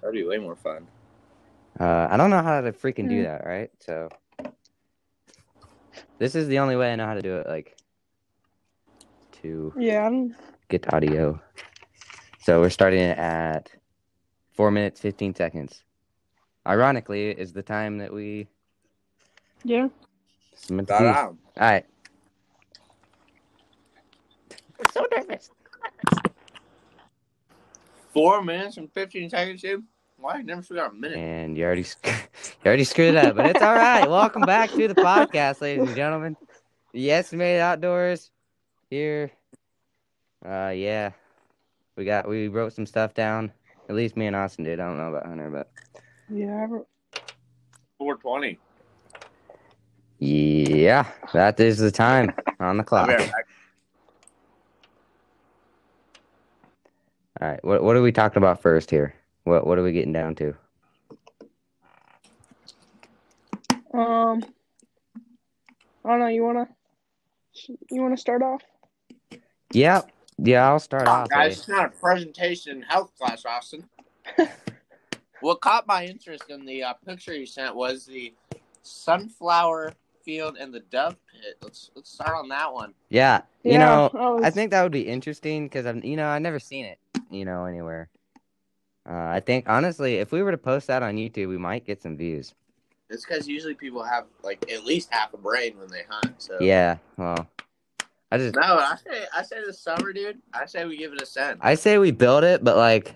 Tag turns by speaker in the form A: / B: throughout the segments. A: That'd be way more fun.
B: Uh, I don't know how to freaking do
C: Hmm.
B: that, right? So this is the only way I know how to do it, like to
C: Yeah, I'm,
B: get audio. So we're starting at four minutes fifteen seconds. Ironically, is the time that we
C: yeah.
B: submit. the piece.
A: Da-dam.
B: All right. So nervous.
A: Four minutes and fifteen seconds, dude. Why I never forgot a minute?
B: And you already sc- you already screwed up, but it's all right. Welcome back to the podcast, ladies and gentlemen. Yes, we made it outdoors here. Uh, yeah, we got we wrote some stuff down. At least me and Austin did. I don't know about Hunter, but
C: Yeah, I wrote-
A: Four twenty.
B: yeah, that is the time on the clock. All right, what what are we talking about first here? What what are we getting down to?
C: um, I don't know. You wanna, you wanna start off?
B: Yeah, yeah, I'll start off. eh?
A: Guys, it's not a presentation in health class, Austin. what caught my interest in the uh, picture you sent was the sunflower field and the dove pit. Let's let's start on that one.
B: Yeah, you
C: yeah,
B: know,
C: was-
B: I think that would be interesting because I'm, you know, I've never seen it, you know, anywhere. Uh, I think honestly, if we were to post that on YouTube, we might get some views.
A: It's because usually people have like at least half a brain when they hunt. So
B: Yeah, well, I just,
A: No, I say I say this summer, dude. I say we give it a send.
B: I say we build it, but like,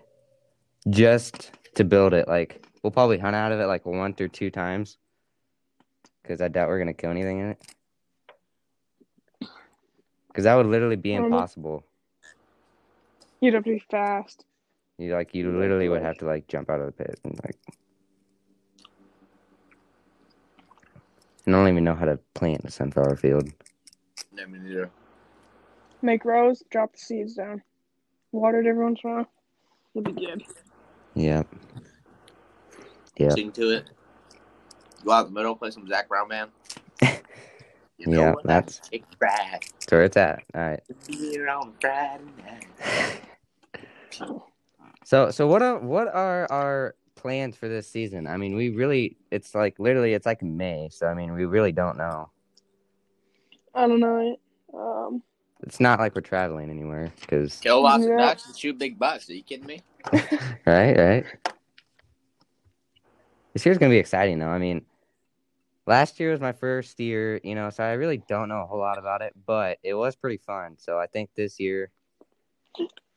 B: just to build it, like we'll probably hunt out of it like one through two times, because I doubt we're gonna kill anything in it. Because that would literally be
C: Um,
B: impossible.
C: you'd have to be fast.
B: You like, you literally would have to like jump out of the pit and like. And I don't even know how to plant a sunflower field.
A: I mean, either.
C: Make rows, drop the seeds down, water it every once in a while. It'll be good.
B: Yeah. Yeah.
A: Sing to it. Go out in the middle, play some Zach Brown band. You
B: Yeah,
A: what?
B: that's-
A: It's Brad.
B: That's where it's at. All right.
A: Here on Friday night.
B: So so what are what are our plans for this season? I mean, we really it's like literally it's like May, so I mean we really don't know.
C: I don't know. Um,
B: It's not like we're traveling anywhere because
A: Kill lots
C: Yeah.
A: of ducks and shoot big bucks. Are you kidding me?
B: right, right. This year's gonna be exciting though. I mean, last year was my first year, you know, so I really don't know a whole lot about it, but it was pretty fun. So I think this year,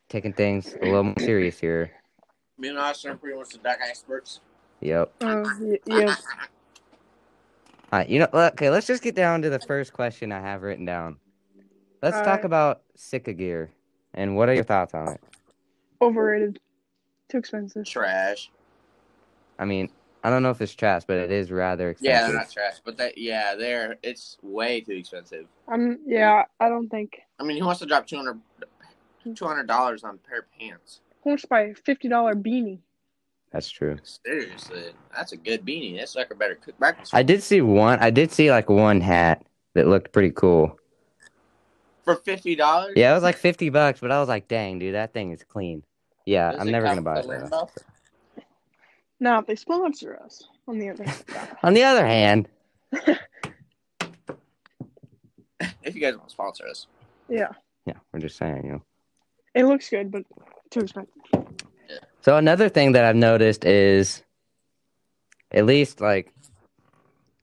B: taking things a little more serious here.
A: Me and Austin are pretty much the duck experts.
B: Yep.
C: uh, y- yeah.
B: All right, you know, look, okay, let's just get down to the first question I have written down. Let's
C: All
B: talk
C: right.
B: about Sika gear and what are your thoughts on it?
C: Overrated. Too expensive.
A: Trash.
B: I mean, I don't know if it's trash, but it is rather
A: Yeah,
B: expensive.
A: they're not trash, but that yeah, they're it's way too expensive.
C: I'm. Yeah. I don't think.
A: I mean, who wants to drop 200 dollars on a pair of pants?
C: Who wants to buy a fifty dollar beanie?
B: That's true.
A: Seriously, that's a good beanie. That sucker better cook breakfast
B: I did see one. I did see like one hat that looked pretty cool.
A: for fifty dollars.
B: Yeah, it was like fifty bucks, but I was like, "Dang, dude, that thing is clean." Yeah, I'm never gonna buy it. though.
C: Now, if they sponsor us, on the other hand,
B: On the other hand,
A: If you guys want to sponsor us,
C: yeah,
B: yeah, we're just saying, you know.
C: it looks good, but too expensive.
B: So another thing that I've noticed is, at least like,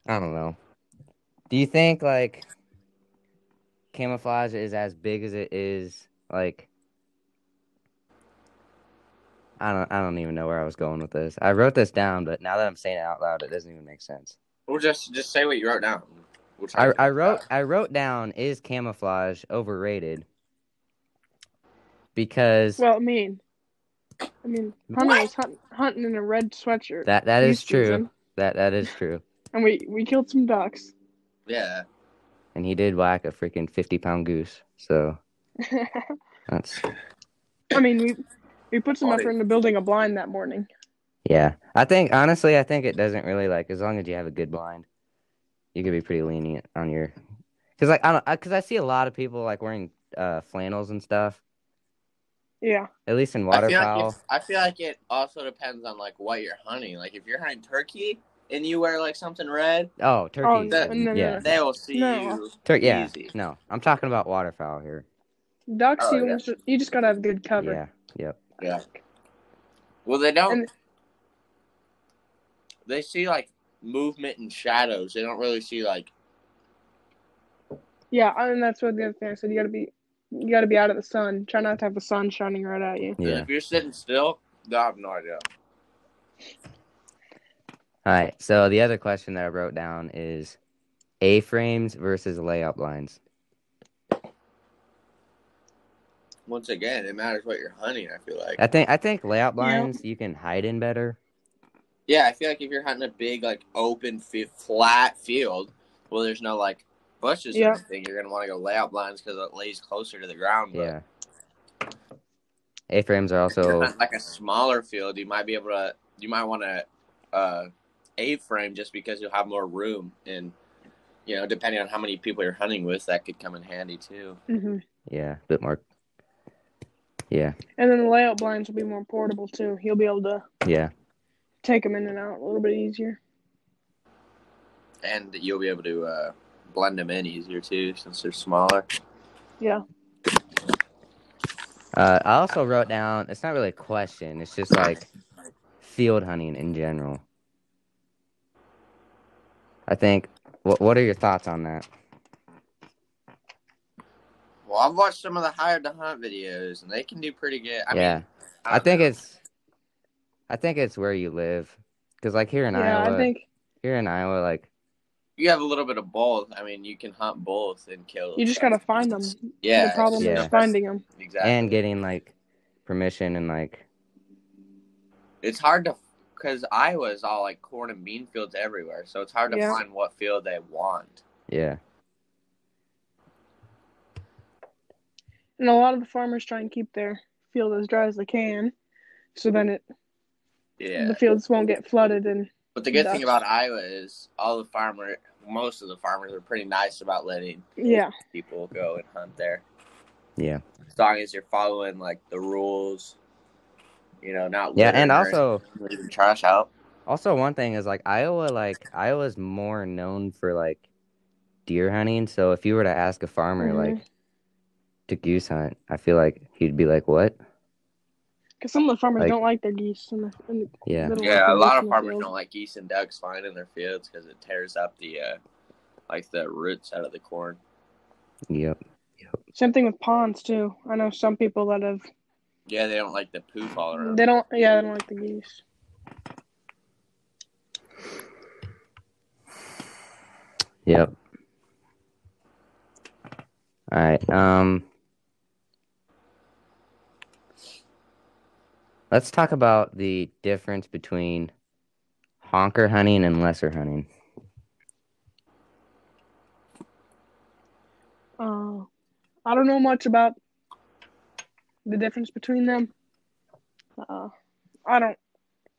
B: I don't know. Do you think like camouflage is as big as it is like? I don't. I don't even know where I was going with this. I wrote this down, but now that I'm saying it out loud, it doesn't even make sense.
A: we'll just just say what you wrote down. We'll try
B: I,
A: to-
B: I wrote I wrote down is camouflage overrated because
C: Well, I mean, I mean, Hunter was hunt, hunting in a red sweatshirt,
B: that that
C: You
B: is
C: see
B: true.
C: them.
B: That that is true.
C: and we we killed some ducks.
A: Yeah,
B: And he did whack a freaking fifty pound goose. So
C: I
B: that's
C: mean, we we put some
A: Body.
C: effort into building a blind that morning.
B: yeah. I think honestly I think it doesn't really like as long as you have a good blind, you could be pretty lenient on your because like I don't because I see a lot of people like wearing uh flannels and stuff.
C: Yeah.
B: At least in
A: I feel, like
B: waterfowl.
A: if, I feel like it also depends on like what you're hunting. Like if you're hunting turkey and you wear like something red,
B: Oh, turkeys.
A: that-
B: yeah.
C: no, no, no.
A: they will see
C: No.
A: you.
B: Tur- yeah.
A: Easy.
B: No, I'm talking about waterfowl here.
C: Ducks,
A: Oh,
C: you,
A: yeah.
C: almost- you just gotta have good cover.
B: Yeah. Yep.
A: Well, they don't.
C: And-
A: they see like movement and shadows. They don't really see like
C: Yeah, and that's what the other thing I said. You gotta be, you gotta be out of the sun. Try not to have the sun shining right at you.
B: Yeah.
A: if you're sitting still. I have no idea.
B: All right. So the other question that I wrote down is A frames versus layup lines.
A: Once again, it matters what you're hunting. I feel like.
B: I think I think layup
C: Yeah.
B: lines you can hide in better.
A: Yeah, I feel like if you're hunting a big, like open, fi- flat field, well, there's no like bushes
C: Yeah.
A: or anything. You're gonna want to go layout blinds because it lays closer to the ground. But
B: Yeah. A frames are
A: if you're
B: also
A: hunting, like a smaller field, you might be able to. You might want to uh, A-frame just because you'll have more room, and you know, depending on how many people you're hunting with, that could come in handy too.
C: hmm
B: yeah, a bit more Yeah,
C: And then the layout blinds will be more portable too. You'll be able to
B: yeah.
C: take them in and out a little bit easier.
A: And you'll be able to uh, blend them in easier too, since they're smaller.
C: Yeah.
B: Uh, I also wrote down it's not really a question, it's just like field hunting in general. I think what what are your thoughts on that?
A: Well, I've watched some of the hired to hunt videos, and they can do pretty good. I
B: yeah.
A: mean,
B: I think
A: it's.
B: it's I think it's where you live. Cuz like here in
C: yeah,
B: Iowa,
C: I think
B: here in Iowa like
A: you have a little bit of both. I mean, you can hunt both and kill.
C: you just gotta find them.
A: Yeah,
C: the problem
B: Yeah.
C: is finding them.
A: Exactly.
B: and getting like permission and like
A: it's hard to because Iowa is all like corn and bean fields everywhere, so it's hard to
C: Yeah.
A: find what field they want.
B: yeah.
C: And a lot of the farmers try and keep their field as dry as they can, so then it
A: Yeah,
C: the fields won't get flooded. And
A: but the good thing
C: That's-
A: about Iowa is all the farmer, most of the farmers are pretty nice about letting
C: yeah,
A: people go and hunt there.
B: Yeah.
A: as long as you're following like the rules, you know, not
B: Yeah, and
A: littering or
B: also
A: leaving trash out.
B: also one thing is like Iowa like Iowa's more known for like deer hunting, so if you were to ask a farmer
C: Mhm.
B: like to goose hunt, I feel like he'd be like, "What?"
C: because some of the farmers
B: Like-
C: don't like their geese. In the, in the
B: Yeah.
C: middle
A: Yeah, a
C: the
A: lot of
C: field.
A: farmers don't like geese and ducks flying in their fields because it tears up the uh, like the roots out of the corn.
B: Yep.
C: Same thing with ponds too. I know some people that have
A: Yeah, they don't like the poop all around.
C: they don't yeah they don't like the geese.
B: Yep. All right. Um Let's talk about the difference between honker hunting and lesser hunting.
C: Uh, I don't know much about the difference between them. Uh, I don't.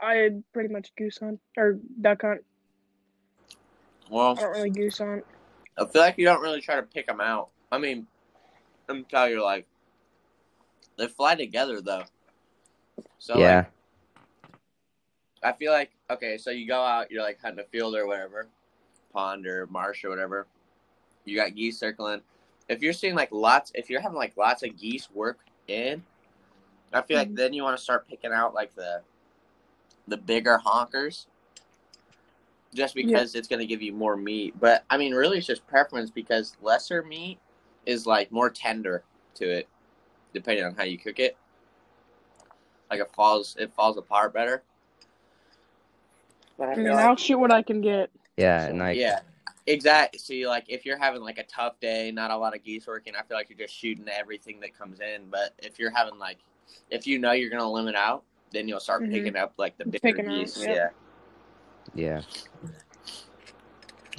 C: I pretty much goose hunt or duck hunt.
A: well,
C: I don't really goose hunt.
A: I feel like you don't really try to pick them out. I mean, until you're like, they fly together though. So
B: yeah.
A: like, I feel like okay, so you go out, you're like hunting a field or whatever, pond or marsh or whatever. You got geese circling. If you're seeing like lots, if you're having like lots of geese work in, I feel like
C: Mhm.
A: then you want to start picking out like the the bigger honkers, just
C: Yeah.
A: because it's going to give you more meat. But I mean, really, it's just preference because lesser meat is like more tender to it, depending on how you cook it. Like it falls, it falls apart better. But I
C: I
A: feel
C: mean,
A: like-
C: Mm, I'll shoot what I can get.
B: yeah, and like
A: yeah, exactly. See, like if you're having like a tough day, not a lot of geese working, I feel like you're just shooting everything that comes in. But if you're having like, if you know you're gonna limit out, then you'll start
C: Mhm.
A: picking up like the bigger
C: Picking out,
A: geese.
C: yep.
A: Yeah,
B: Yeah.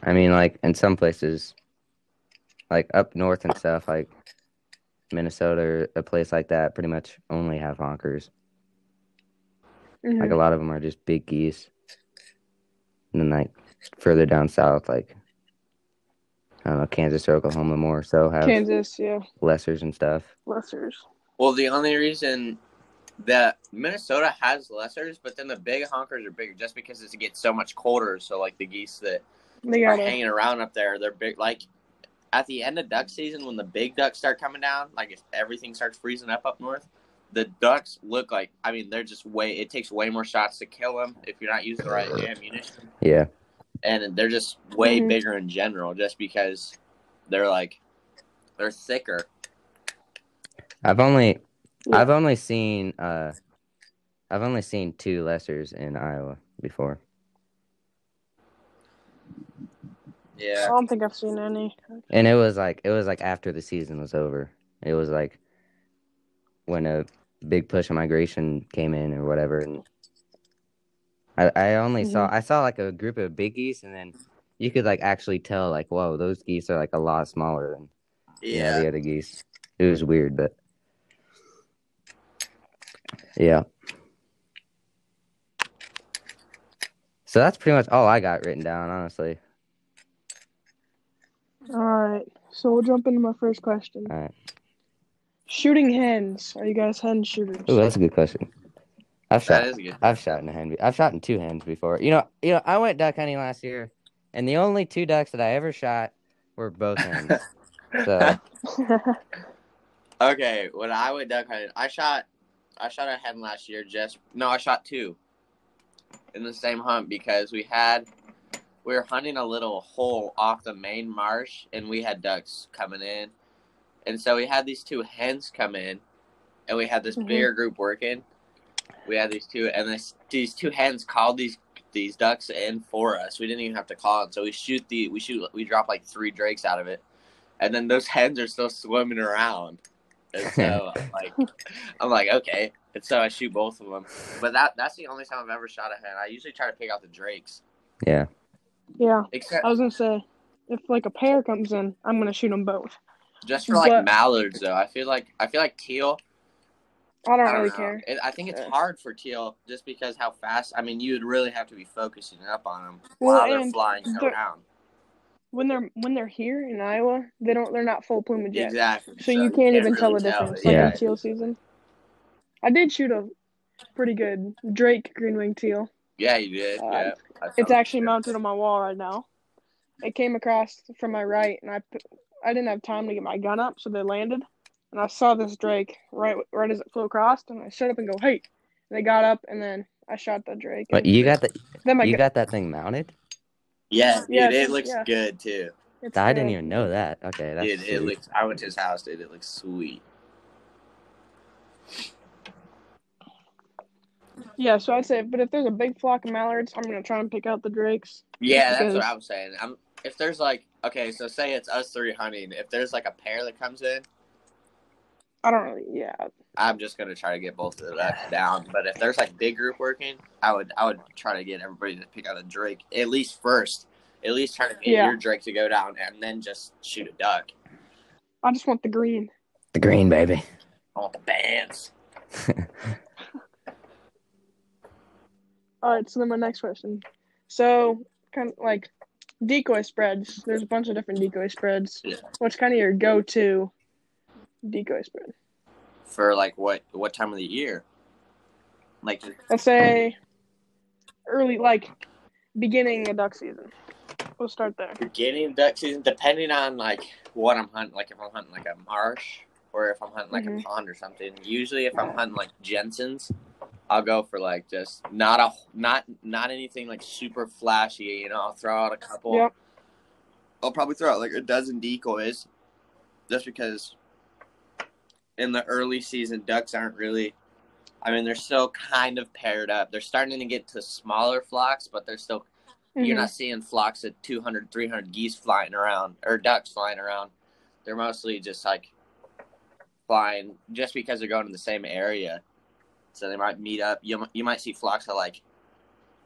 B: I mean, like in some places, like up north and stuff, like Minnesota, or a place like that, pretty much only have honkers.
C: Mhm.
B: Like a lot of them are just big geese. And then like further down south, like I don't know, Kansas or Oklahoma more so have
C: Kansas, yeah,
B: lessers and stuff.
C: lessers.
A: Well, the only reason that Minnesota has lessers, but then the big honkers are bigger just because it gets so much colder. So like the geese that
C: They
A: are
C: got a,
A: hanging around up there, they're big. Like at the end of duck season, when the big ducks start coming down, like if everything starts freezing up up north, the ducks look like. I mean, they're just way. It takes way more shots to kill them if you're not using the right ammunition.
B: Yeah.
A: and they're just way
C: Mhm.
A: bigger in general just because they're like they're thicker
B: I've only
C: Yeah.
B: I've only seen uh I've only seen two lessers in Iowa before.
C: I
A: yeah
C: don't think I've seen any.
B: And it was like it was like after the season was over. It was like when a big push of migration came in or whatever and I, I only saw I saw like a group of big geese and then you could like actually tell like whoa those geese are like a lot smaller than you know,
A: yeah
B: the other geese. It was weird but yeah. So that's pretty much all I got written down honestly.
C: All right, so we'll jump into my first question.
B: All right.
C: Shooting hens. Are you guys hen shooters?
B: Ooh, that's a good question. I've shot
A: that is good
B: I've shot in a hen. be- I've shot in two hens before. You know, you know. I went duck hunting last year, and the only two ducks that I ever shot were both hens. so
A: okay when i went duck hunting i shot i shot a hen last year just no i shot two in the same hunt because we had we were hunting a little hole off the main marsh and we had ducks coming in and so we had these two hens come in and we had this
C: Mhm.
A: bigger group working we had these two and this, these two hens called these these ducks in for us we didn't even have to call it so we shoot the we shoot we drop like three drakes out of it and then those hens are still swimming around and so I'm like i'm like okay and so i shoot both of them but that that's the only time i've ever shot a hen i usually try to pick out the drakes
B: yeah,
C: yeah,
A: except
C: I was gonna say if like a pair comes in, I'm gonna shoot them both.
A: just for like
C: But-
A: mallards though i feel like i feel like teal
C: I don't,
A: I don't
C: really
A: know.
C: care.
A: It, I think it's
C: Yeah.
A: hard for teal just because how fast. I mean, you would really have to be focusing up on them
C: Well,
A: while they're
C: and
A: flying
C: they're-
A: around.
C: When they're when they're here in Iowa, they don't they're not full plumage yet.
A: Exactly.
C: So, you can't even tell the
A: really
C: difference.
B: Yeah.
C: Like in teal season, I did shoot a pretty good Drake green wing teal.
A: Yeah, you did.
C: Uh,
A: yeah. I
C: It's
A: saw
C: actually
A: that.
C: mounted on my wall right now. It came across from my right, and I put, I didn't have time to get my gun up, so they landed, and I saw this Drake right right as it flew across, and I shut up and go, "Hey!" And they got up, and then I shot the Drake.
B: but
C: and
B: you got the
C: then my
B: you
C: gu-
B: got that thing mounted.
A: Yeah, dude,
C: Yeah,
A: it
C: it's-
A: looks
C: yeah.
A: good too.
C: it's
B: I
C: good.
B: didn't even know that. Okay, that's
A: Dude, it
B: sweet.
A: looks. I went to his house, dude. It looks sweet.
C: Yeah, so I'd say, but if there's a big flock of mallards, I'm gonna try and pick out the drakes.
A: Yeah, that's what
C: Because-
A: I was saying. I'm if there's like okay, so say it's us three hunting. If there's like a pair that comes in,
C: I don't really, yeah,
A: I'm just gonna try to get both of that down. But if there's like big group working, I would I would try to get everybody to pick out a Drake at least first. At least try to get
C: Yeah.
A: your Drake to go down and then just shoot a duck.
C: I just want the green.
B: The green baby.
A: I want the bands.
C: All right, so then my next question. So, kind of like decoy spreads. There's a bunch of different decoy spreads.
A: Yeah.
C: What's kind of your go-to decoy spread?
A: For like what what time of the year? Like just-
C: Let's say early, like beginning of duck season. We'll start there.
A: beginning of duck season, depending on like what I'm hunting, like if I'm hunting like a marsh or if I'm hunting like a
C: Mhm.
A: pond or something. Usually, if I'm hunting like Jensen's, I'll go for like just not a not not anything like super flashy. You know, I'll throw out a couple.
C: Yep.
A: I'll probably throw out like a dozen decoys, just because in the early season ducks aren't really. I mean, they're still kind of paired up. They're starting to get to smaller flocks, but they're still you're
C: Mhm.
A: not seeing flocks of 200 300 geese flying around or ducks flying around they're mostly just like flying just because they're going to the same area so they might meet up you, you might see flocks of like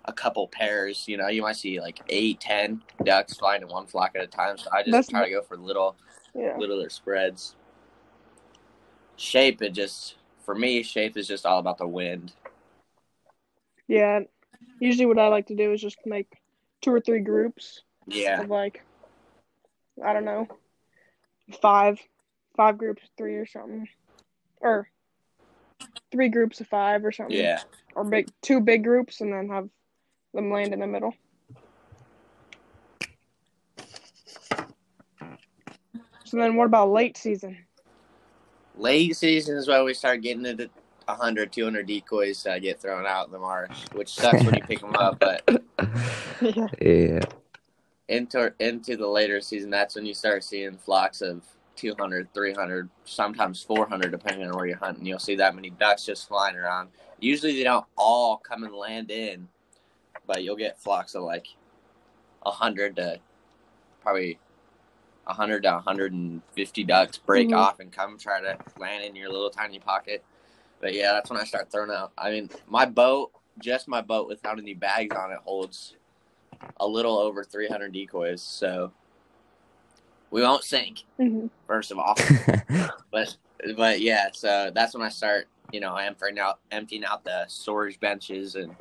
A: a couple pairs you know you might see like eight ten ducks flying in one flock at a time so i just
C: That's-
A: try to go for little
C: Yeah.
A: littler spreads shape it just for me shape is just all about the wind
C: Yeah. Usually, what I like to do is just make two or three groups
A: yeah
C: of like I don't know, five, five groups, three or something, or three groups of five or something.
A: Yeah.
C: Or make two big groups and then have them land in the middle. So then what about late season?
A: Late season is when we start getting into 100, 200 decoys that get thrown out in the marsh, which sucks when you pick them up. But
C: yeah.
B: Yeah.
A: into into the later season, that's when you start seeing flocks of 200, 300, sometimes 400, depending on where you're hunting. You'll see that many ducks just flying around. Usually they don't all come and land in, but you'll get flocks of like 100 to probably 100 to 150 ducks break
C: Mhm.
A: off and come try to land in your little tiny pocket. But yeah, that's when I start throwing out. I mean, my boat, just my boat without any bags on it, holds a little over 300 decoys. So we won't sink,
C: Mhm.
A: first of all. But but yeah, so that's when I start, you know, emptying out emptying out the storage benches and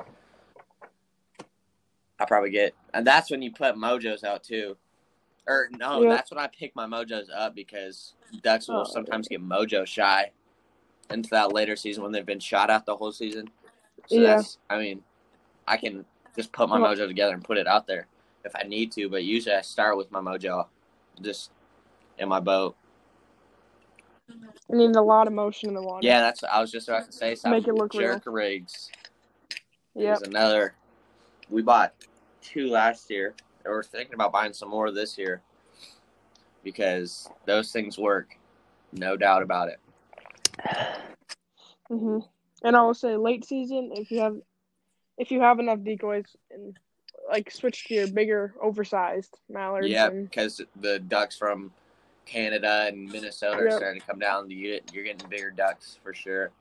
A: I probably get and that's when you put mojos out too. Or no,
C: Yeah.
A: that's when I pick my mojos up because ducks will
C: Oh.
A: sometimes get mojo shy into that later season when they've been shot at the whole season. So
C: Yeah.
A: that's I mean, I can just put my
C: Well-
A: mojo together and put it out there if I need to, but usually I start with my mojo just in my boat.
C: You need a lot of motion in the water.
A: Yeah, that's. I was just about to say something.
C: Make it look real.
A: jerk rigs.
C: Yep.
A: There's another. We bought two last year, and we're thinking about buying some more this year because those things work, no doubt about it.
C: hmm And I will say, late season, if you have, if you have enough decoys, and like switch to your bigger, oversized mallards.
A: Yeah,
C: and-
A: because the ducks from Canada and Minnesota are
C: Yep.
A: starting to come down. You get, you're getting bigger ducks for sure.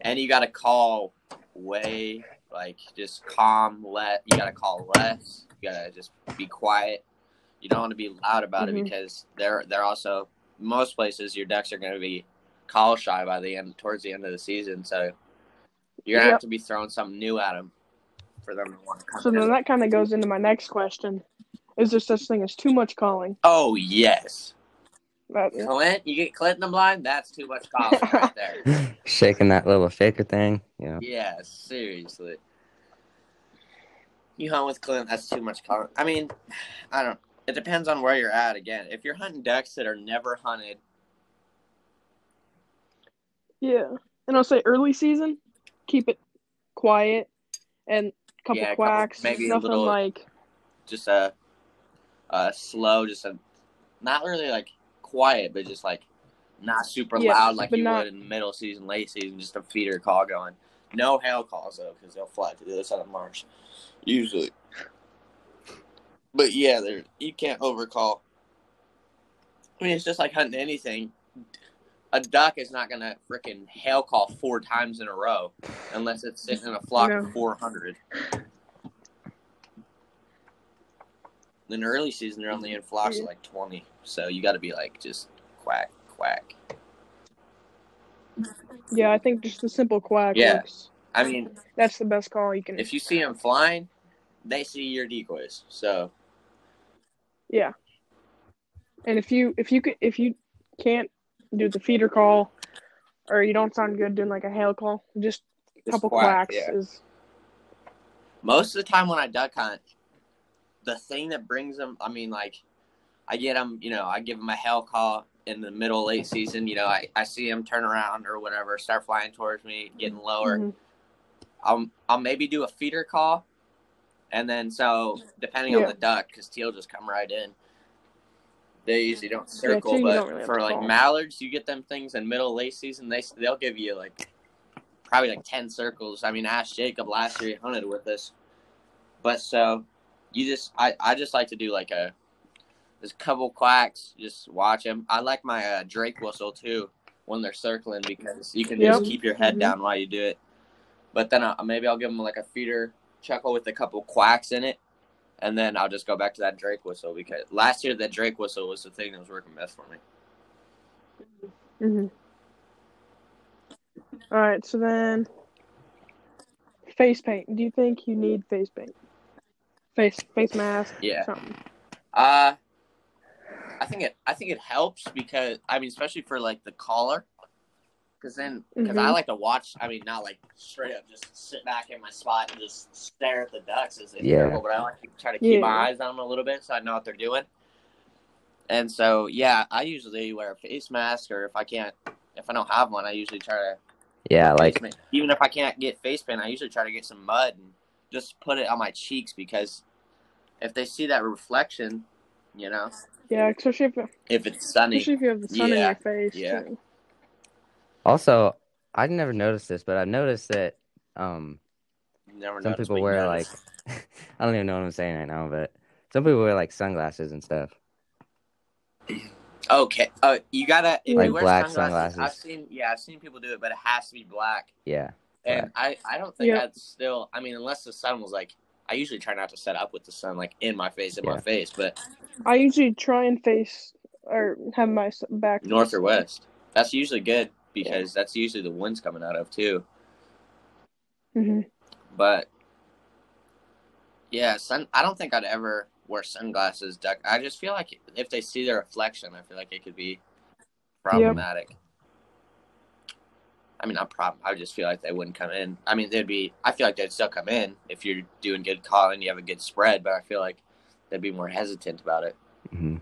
A: And you got to call way, like just calm, let, you got to call less. You got to just be quiet. You don't want to be loud about it
C: Mhm.
A: because they're, they're also, most places, your ducks are going to be call shy by the end, towards the end of the season. So you're going to
C: Yep.
A: have to be throwing something new at them for them to want to come
C: so
A: in.
C: then that kind of goes into my next question: Is there such thing as too much calling?
A: Oh, yes.
C: That,
A: Clint, you get Clint in the blind, that's too much college right there.
B: Shaking that little shaker thing. Yeah.
A: Yeah, seriously. You hunt with Clint, that's too much college. I mean, I don't. It depends on where you're at. Again, if you're hunting ducks that are never hunted,
C: Yeah, and I'll say early season, keep it quiet, and couple
A: Yeah, a couple-
C: quacks,
A: maybe a
C: nothing
A: little-
C: like
A: just a, a slow, just a, not really like quiet, but just like not super
C: Yeah,
A: loud like
C: but
A: you
C: not-
A: would in middle season, late season, just a feeder call going. No hail calls though, because they'll fly to the other side of the marsh, usually. But yeah, there you can't overcall. I mean, it's just like hunting anything. A duck is not gonna freaking hail call four times in a row unless it's sitting in a flock
C: No.
A: of four hundred. Then early season, they're only in flocks of like twenty, so you got to be like just quack quack.
C: yeah. I think just the simple quack
A: Yeah.
C: works.
A: I mean,
C: That's the best call you can.
A: if you see them flying, they see your decoys. So
C: Yeah. And if you if you could if you can't do the feeder call, or you don't sound good doing like a hail call, just a
A: just
C: couple
A: quack,
C: quacks
A: yeah.
C: is
A: most of the time when I duck hunt, the thing that brings them, I mean, like, I get them, you know, I give them a hell call in the middle late season. You know, I, I see them turn around or whatever, start flying towards me, getting lower.
C: Mhm.
A: I'll, I'll maybe do a feeder call. And then, so depending on
C: Yeah.
A: the duck, because teal just come right in. They usually don't circle,
C: teal you
A: but
C: don't really have
A: for
C: to
A: like
C: call.
A: mallards, you get them things in middle late season. They they'll give you like probably like ten circles. I mean, Ash Jacob last year he hunted with us, but so you just I I just like to do like a just couple quacks, just watch them. I like my uh, Drake whistle too when they're circling because you can just
C: Yep.
A: keep your head
C: Mhm.
A: down while you do it. But then I, maybe I'll give them like a feeder chuckle with a couple quacks in it, and then I'll just go back to that Drake whistle because last year that Drake whistle was the thing that was working best for me.
C: Mhm. All right, so then face paint. Do you think you need face paint? Face face mask.
A: Yeah.
C: Something.
A: Uh, I think it I think it helps because I mean especially for like the collar, Because then, because I
C: Mhm.
A: like to watch. I mean, not like straight up, just sit back in my spot and just stare at the ducks as they
B: Yeah.
A: dribble. But I like to try to keep my
C: Yeah.
A: eyes on them a little bit so I know what they're doing. And so, yeah, I usually wear a face mask, or if I can't, if I don't have one, I usually try to
B: Yeah, like
A: face ma- even if I can't get face paint, I usually try to get some mud and just put it on my cheeks because if they see that reflection, you know,
C: Yeah, especially if
A: if it's sunny,
C: especially if you have the sun in
A: Yeah,
C: your face.
A: yeah.
C: too.
B: also I never noticed this, but I've noticed that um
A: you never
B: some
A: notice,
B: people
A: but you
B: wear
A: notice.
B: like I don't even know what I'm saying right now, but some people wear like sunglasses and stuff.
A: Okay. Uh, you gotta if
C: Like
A: you wear
B: black
A: sunglasses,
B: sunglasses.
A: I've seen yeah, I've seen people do it, but it has to be black.
B: Yeah.
A: And I I don't think
C: Yeah.
A: I'd still. I mean, unless the sun was like. I usually try not to set up with the sun like in my face, in
B: Yeah.
A: my face, but
C: I usually try and face or have my s- back
A: north or west. That's usually good because that's usually the wind's coming out of too.
C: hmm
A: But yeah, sun. I don't think I'd ever wear sunglasses. Duck. I just feel like if they see their reflection, I feel like it could be problematic. I mean, not problem. I just feel like they wouldn't come in. I mean, they'd be. I feel like they'd still come in if you're doing good calling, you have a good spread. But I feel like they'd be more hesitant about it.
B: hmm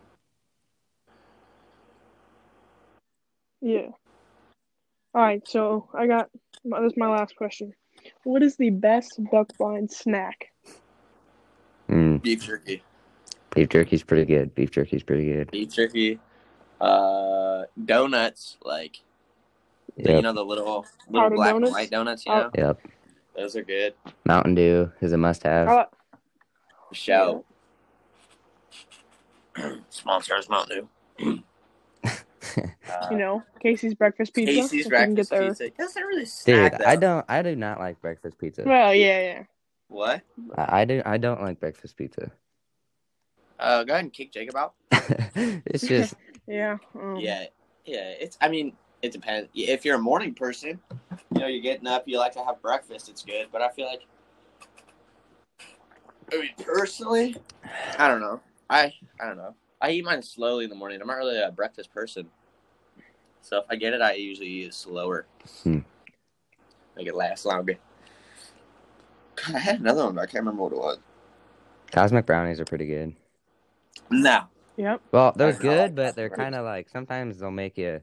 C: Yeah. All right, so I got my- this is my last question. What is the best duck blind snack?
B: Mm.
A: Beef jerky.
B: Beef jerky's pretty good. Beef jerky's pretty good.
A: Beef jerky. Uh, donuts like the- you
B: Yep.
A: know the little little
C: Powdered
A: black
C: donuts?
A: and white donuts. You
C: Oh.
A: know
B: Yep.
A: those are good.
B: Mountain Dew is a must have.
A: Oh,
C: I,
A: Show. sponsors Mountain Dew. Uh,
C: you know, Casey's breakfast pizza.
A: Casey's
C: if you can get
A: breakfast
C: there.
A: pizza. Doesn't really
B: Dude,
A: snack
B: I
A: though.
B: don't I do not like breakfast pizza.
C: Well, yeah, yeah.
A: What?
B: I, I do I don't like breakfast pizza.
A: Uh, go ahead and kick Jacob out.
B: it's just
C: Yeah. Um,
A: Yeah, yeah. It's. I mean, it depends. If you're a morning person, you know, you're getting up, you like to have breakfast. It's good, but I feel like, I mean, personally, I don't know. I I don't know. I eat mine slowly in the morning. I'm not really a breakfast person, so if I get it, I usually eat it slower.
B: Hmm.
A: Make it last longer. God, I had another one, but I can't remember what it was.
B: cosmic brownies are pretty good.
A: No,
C: Yep.
B: Well, they're
A: I do not
B: good,
A: like
B: but
A: Cosmic
B: they're
A: Brownies.
B: kind of like sometimes they'll make you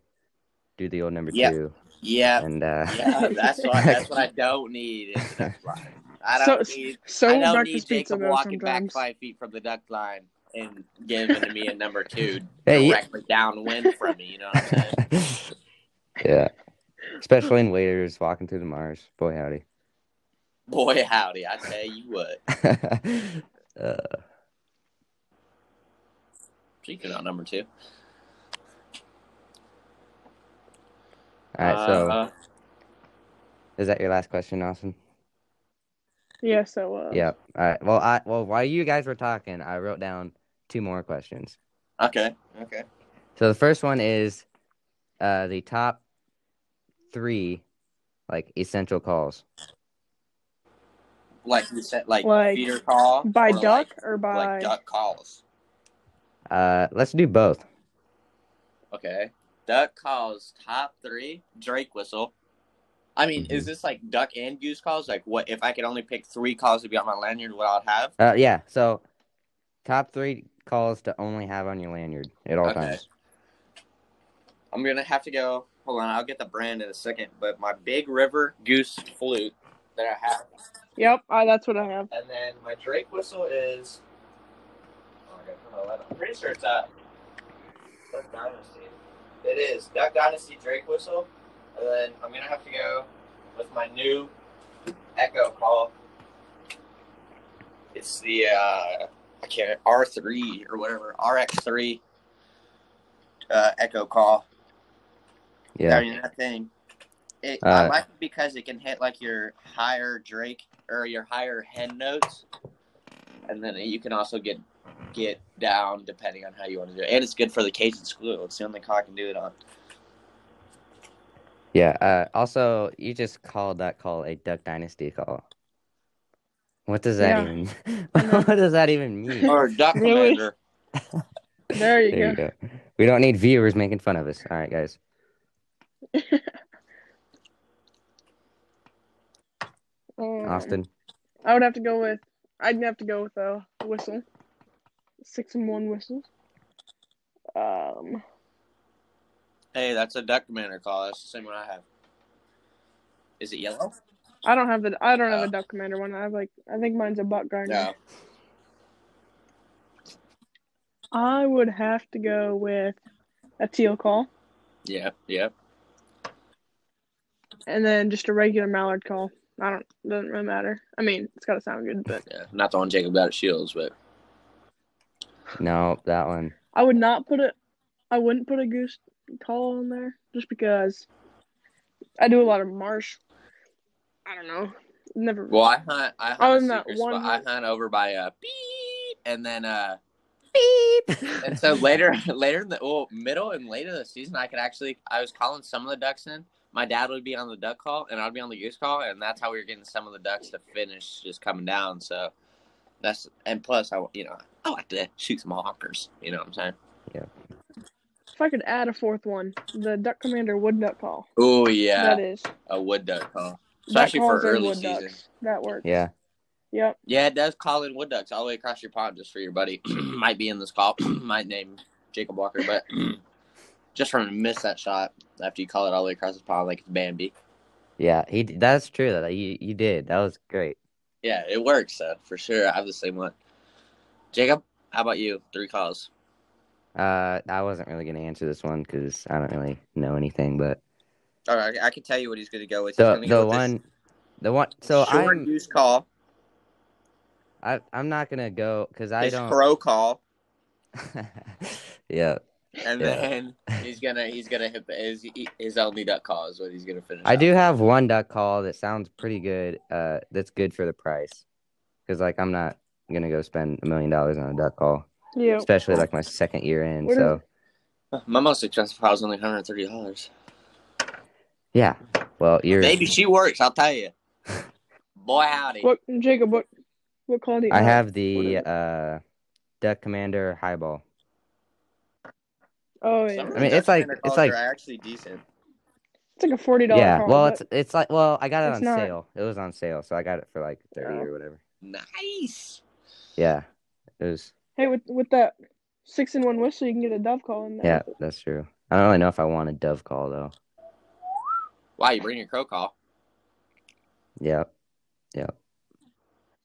B: do the old number
A: Yeah.
B: two,
A: yeah,
B: and uh,
A: Yeah, that's what that's what I don't need. is the duck line. I don't
C: So-
A: need
C: So
A: I don't need
C: breakfast pizza
A: Jacob
C: though
A: walking back
C: sometimes.
A: five feet from the duck line and giving to me a number two
B: Hey, you-
A: directly downwind from me. You know what I'm saying?
B: yeah, especially in waiters walking through the Mars. Boy howdy.
A: Boy, howdy! I tell you what.
B: uh,
A: Speaking on number two.
B: all right, so
A: Uh,
B: is that your last question, Austin?
C: Yeah. So. Uh,
B: Yep. All right. Well, I well while you guys were talking, I wrote down two more questions.
A: okay. Okay.
B: So the first one is uh the top three like essential calls.
A: Like you said, like,
C: Like,
A: feeder call
C: By
A: or
C: duck
A: like-
C: or
A: like,
C: by?
A: duck calls.
B: Uh let's do both.
A: Okay. Duck calls top three Drake whistle. I mean, is
B: Mhm.
A: this like duck and goose calls? Like, what if I could only pick three calls to be on my lanyard? What I'd have?
B: Uh yeah, so top three calls to only have on your lanyard at all
A: Okay.
B: times.
A: I'm gonna have to go. Hold on, I'll get the brand in a second. But my Big River Goose flute that I have,
C: Yep. I, that's what I have.
A: and then my Drake whistle is. Oh, I gotta put my light on. I'm pretty sure it's uh, Duck Dynasty. It is Duck Dynasty Drake whistle, and then I'm gonna have to go with my new Echo call. It's the uh, I can't R three or whatever RX three uh, Echo call. I
B: Yeah.
A: mean that thing. It,
B: Uh,
A: I like it because it can hit like your higher Drake or your higher hen notes, and then you can also get get down depending on how you want to do it. And it's good for the Cajun school. It's the only call I can do it on.
B: Yeah. Uh also you just called that call a Duck Dynasty call. What does that
C: Yeah.
B: even
C: Yeah.
B: what does that even mean?
A: Or duck
C: Really?
A: commander.
C: There you
B: There you
C: go.
B: go. We don't need viewers making fun of us. All right, guys.
C: Um,
B: Austin.
C: I would have to go with. I'd have to go with a whistle. Six and one whistles. Um,
A: Hey, that's a duck commander call. That's the same one I have. Is it yellow?
C: I don't have the. I don't have
A: Oh.
C: a duck commander one. I have like. I think mine's a buck grinder. I would have to go with a teal call
A: Yep. Yep.
C: and then just a regular mallard call. I don't. Doesn't really matter. I mean, it's gotta sound good, but
A: Yeah. Not the one Jacob got at Shields, but
B: No, that one.
C: I would not put a. I wouldn't put a goose call on there just because. I do a lot of marsh. I don't know. Never.
A: well, I hunt. I hunt
C: Oh,
A: a
C: and that
A: secret
C: one-
A: spot. I hunt over by uh, beep, and then uh,
B: Beep.
A: and so later, later in the well, middle and later the season, I could actually. I was calling some of the ducks in. My dad would be on the duck call, and I'd be on the goose call, and that's how we were getting some of the ducks to finish just coming down. So that's and plus, I you know I like to shoot some honkers. You know what I'm saying?
C: If I could add a fourth one, the duck commander wood duck call.
A: Oh yeah,
C: That is.
A: a wood duck call,
C: That
A: especially for
C: calls in
A: early
C: wood
A: season.
C: ducks. That works.
B: yeah.
C: Yep.
A: Yeah, it does call in wood ducks all the way across your pond just for your buddy. Might be in this call. Might name Jacob Walker, but just for him to miss that shot after you call it all the way across his pond like it's Bambi.
B: Yeah. He. d- That's true. That you. You did. That was great.
A: Yeah, it works though for sure. I have the same one. Jacob, how about you? Three calls.
B: Uh, I wasn't really gonna answer this one because I don't really know anything, but
A: All right, I can tell you what he's going to go with. He's
B: the
A: gonna go
B: the
A: with this
B: one, the one. So
A: short
B: I'm
A: goose call.
B: I I'm not gonna go because I
A: His
B: don't.
A: crow call,
B: yeah,
A: and
B: Yeah.
A: then he's gonna he's gonna hit the, his his only duck call is what he's gonna finish.
B: I
A: off.
B: do have one duck call that sounds pretty good. Uh, that's good for the price, because like I'm not gonna go spend a million dollars on a duck call,
C: Yeah.
B: especially like my second year in.
C: What is-
B: so
A: My most expensive call is only hundred thirty dollars.
B: yeah, well you're.
A: Baby, she works. I'll tell you. Boy, howdy.
C: What Jacob? What? What call do you?
B: I have
C: What is
B: the
C: it?
B: uh, duck commander highball.
C: Oh
A: Some
C: yeah.
A: of
B: I
A: the
B: mean, it's like-
A: Dutchman
B: it's
A: calls
B: like-
A: are actually decent.
C: It's like a forty dollar
B: Yeah,
C: call.
B: well
C: but-
B: it's it's like well I got it
C: It's
B: on
C: not-
B: sale. It was on sale, so I got it for like thirty
C: Yeah.
B: or whatever.
A: Nice.
B: Yeah, it was.
C: hey with with that six in one whistle, you can get a dove call in
B: Yeah,
C: there.
B: that's true. I don't really know if I want a dove call though.
A: Wow, you bring your crow call
B: Yeah.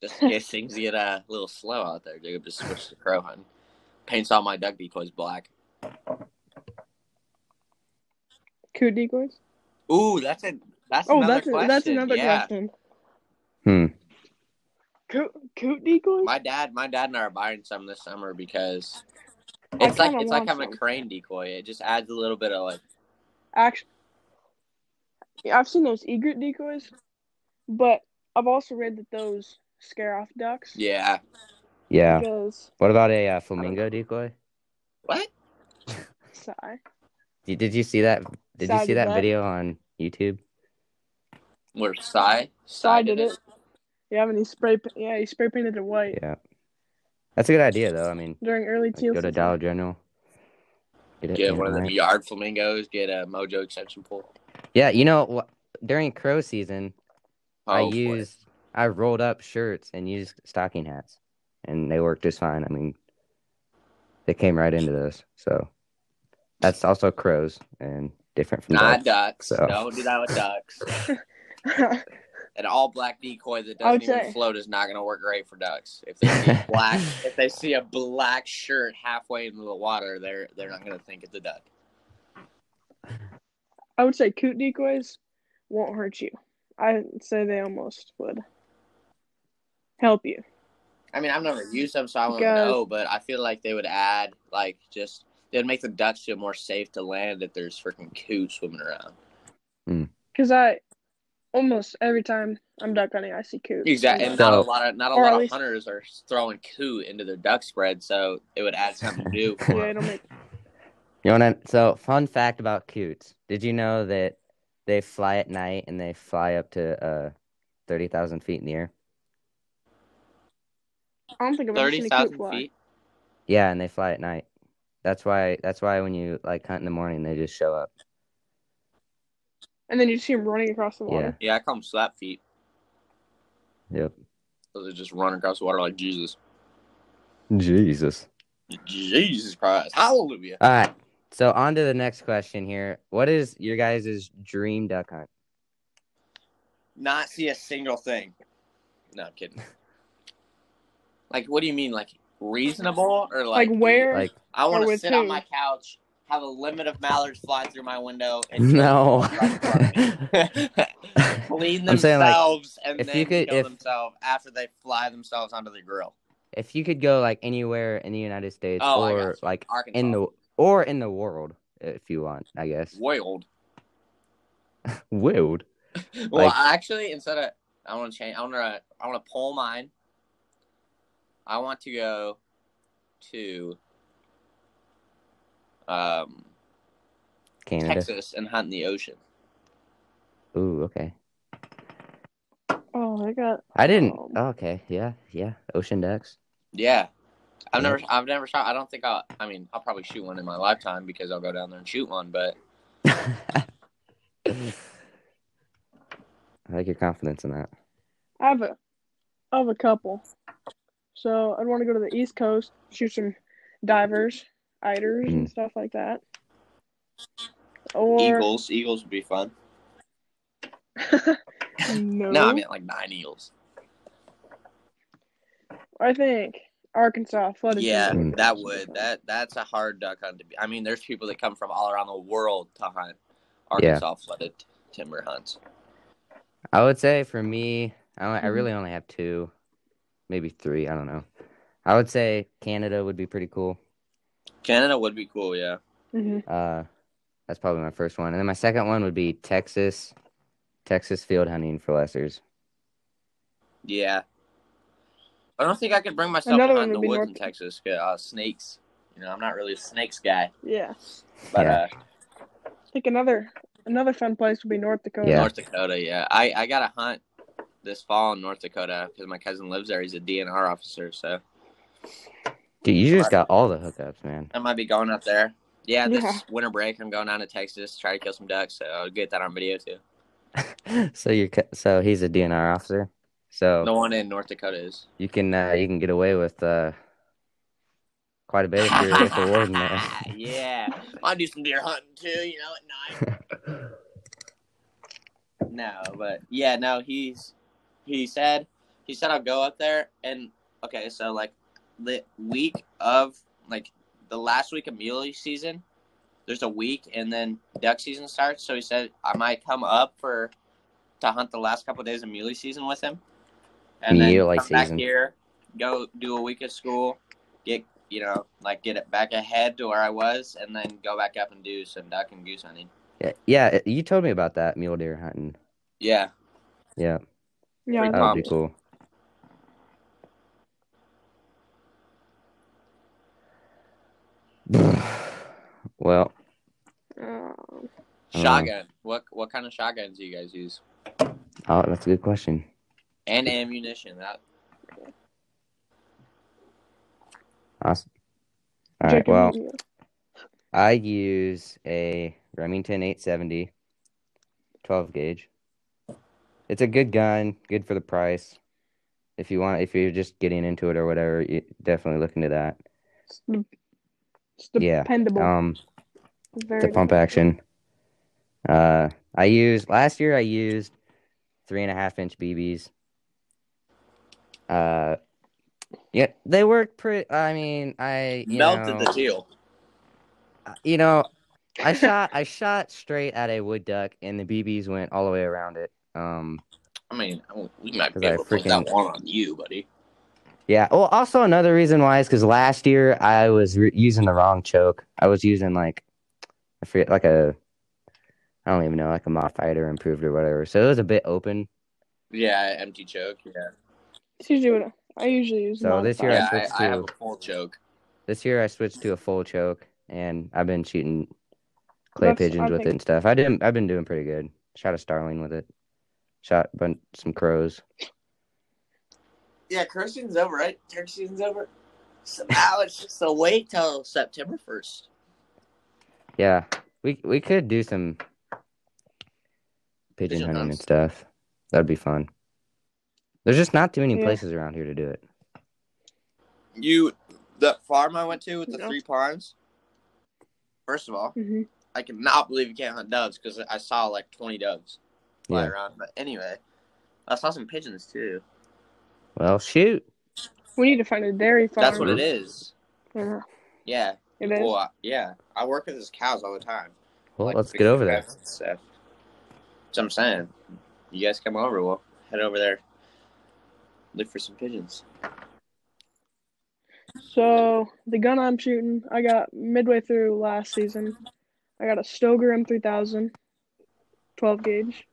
A: just in case things get uh, a little slow out there. Jacob just switched to crow hunting. Paints all my duck decoys black.
C: Coup decoys.
A: Ooh, that's a that's
C: Oh,
A: another
C: that's a,
A: question.
C: that's another
A: yeah.
C: question.
B: Hmm.
C: Coot coot decoys.
A: My dad, my dad and I are buying some this summer because
C: I
A: it's like
C: kinda
A: it's like
C: want
A: having a
B: uh,
C: some.
A: Oh,
B: uh, Yep.
A: So they just run across the water like Jesus.
B: Jesus.
A: Jesus Christ. Hallelujah.
B: All right. So on to the next question here. What is your guys' dream duck hunt?
A: Not see a single thing. No, I'm kidding. Like, what do you mean? Like, reasonable? Or like,
C: Like where?
B: Like
A: I want to
C: Or with
A: sit on
C: who?
A: my couch, have a limit of mallards fly through my window, and
B: no.
A: clean
B: I'm saying, like,
A: themselves and
B: if
A: then
B: you could-
A: kill
B: if-
A: themselves after they fly themselves onto the grill.
B: if you could go like anywhere in the United States
A: Oh, I
B: or
A: got
B: like
A: Arkansas.
B: in the or in the world if you want, I guess.
A: World.
B: World.
A: Well,
B: Like-
A: I actually, instead of I want to change, I want to I want to pull mine. I want to go to um,
B: Canada.
A: Texas and hunt in the ocean.
B: Ooh, okay.
C: oh, I got.
B: I didn't.
C: Um,
B: oh, okay, yeah, yeah. Ocean ducks.
A: Yeah, I've
B: Yeah.
A: never I've never shot. I don't think I'll. I mean, I'll probably shoot one in my lifetime because I'll go down there and shoot one. But
B: I like your confidence in that.
C: I have a, I have a couple. So I'd want to go to the East Coast, shoot some divers, eiders, and stuff like that. Or
A: eagles, eagles would be fun.
C: no,
A: No, I mean like nine eagles.
C: I think Arkansas flooded.
A: Yeah,
B: Mm.
A: that would that that's a hard duck hunt to be. I mean, there's people that come from all around the world to hunt Arkansas flooded timber hunts.
B: I would say for me, I, don't- I
C: Mhm.
B: really only have two, maybe three. I don't know. I would say Canada would be pretty cool.
A: Canada would be cool, yeah.
C: hmm
B: Uh, that's probably my first one, and then my second one would be Texas, Texas field hunting for lessers.
A: Yeah. I don't think I could bring myself to
C: Another
A: hunt in
C: one
A: the
C: would be
A: woods in
C: North-
A: Texas. 'cause, Uh, snakes. You know, I'm not really a snakes guy,
C: Yeah,
A: but
B: Yeah.
A: uh,
C: I think another another fun place would be North Dakota.
B: Yeah.
A: North Dakota, yeah. I I gotta hunt this fall in North Dakota because my cousin lives there. He's a DNR officer, so
B: Dude, you just
A: Right.
B: got all the hookups, man.
A: I might be going up there. Yeah, this
C: Yeah.
A: winter break, I'm going down to Texas to try to kill some ducks. So I'll get that on video too.
B: so you are so he's a DNR officer. So
A: The one in North Dakota is.
B: you can uh, you can get away with uh, quite a bit if you're with a warden there.
A: yeah, I do some deer hunting too, you know, at night. no, but yeah, no, he's he said he said I'll go up there and okay, so like the week of like the last week of muley season, there's a week and then duck season starts. So he said I might come up for to hunt the last couple days of muley season with him, and then
B: Muley
A: come back
B: season.
A: here, go do a week of school, get you know like get it back ahead to where I was, and then go back up and do some duck and goose hunting.
B: Yeah, yeah, you told me about that mule deer hunting.
A: Yeah,
B: Yeah,
C: Yeah,
B: that
A: Like-
B: would
A: Pumped.
B: be cool. well,
C: um,
B: Uh,
A: shotgun. What what kind of shotguns do you guys use?
B: oh, that's a good question.
A: And ammunition. That
B: Awesome. All right.
C: Jacob,
B: Well,
C: you-
B: I use a Remington 870 12 gauge. It's a good gun, good for the price. If you want, if you're just getting into it or whatever, you definitely look into that.
C: it's de- it's
B: Yeah,
C: dependable.
B: Um,
C: Very
B: the pump
C: dependable.
B: action. Uh, I used last year. I used three and a half inch BBs. Uh, yeah, they work pretty. I mean, I you
A: melted
B: know,
A: the deal.
B: you know, I shot I shot straight at a wood duck and the BBs went all the way around it. Um
A: I mean, I- we might
B: 'Cause
A: be
B: I
A: able to put
B: freaking-
A: that one on you, buddy.
B: yeah, well also another reason why is cuz last year I was re- using the wrong choke. I was using like I forget like a I don't even know like a modified or improved or whatever. So it was a bit open.
A: Yeah, empty choke. Yeah,
C: It's usually what I, I usually use.
B: So this year
C: modified.
A: yeah.
B: I switched
A: I, I have
B: to
A: a full choke.
B: this year I switched to a full choke and I've been shooting clay
C: That's- I
B: pigeons with
C: think-
B: it and stuff. I didn't I've been doing pretty good. Shot a starling with it. Shot bun- some crows.
A: Yeah, curse season's over, right? Turkey season's over. So now it's just a wait till September first.
B: Yeah, we we could do some pigeon
A: Pigeon
B: hunting
A: hunts.
B: and stuff. That'd be fun. There's just not too many
C: Yeah.
B: places around here to do it.
A: You, that farm I went to with the
C: Yeah.
A: three ponds. First of all,
C: hmm
A: I cannot believe you can't hunt doves because I saw like twenty doves fly
B: Yeah.
A: around. But anyway, I saw some pigeons too.
B: Well, shoot.
C: We need to find a dairy farm.
A: That's what it is.
C: Yeah,
A: Yeah.
C: it is.
A: Well, I, yeah. I work with these cows all the time.
B: Well,
A: Like,
B: let's
A: big
B: get over there.
A: calves and stuff. That's what I'm saying. You guys come over, we'll head over there, look for some pigeons.
C: So the gun I'm shooting, I got midway through last season. I got a Stoger M3000, 12 gauge.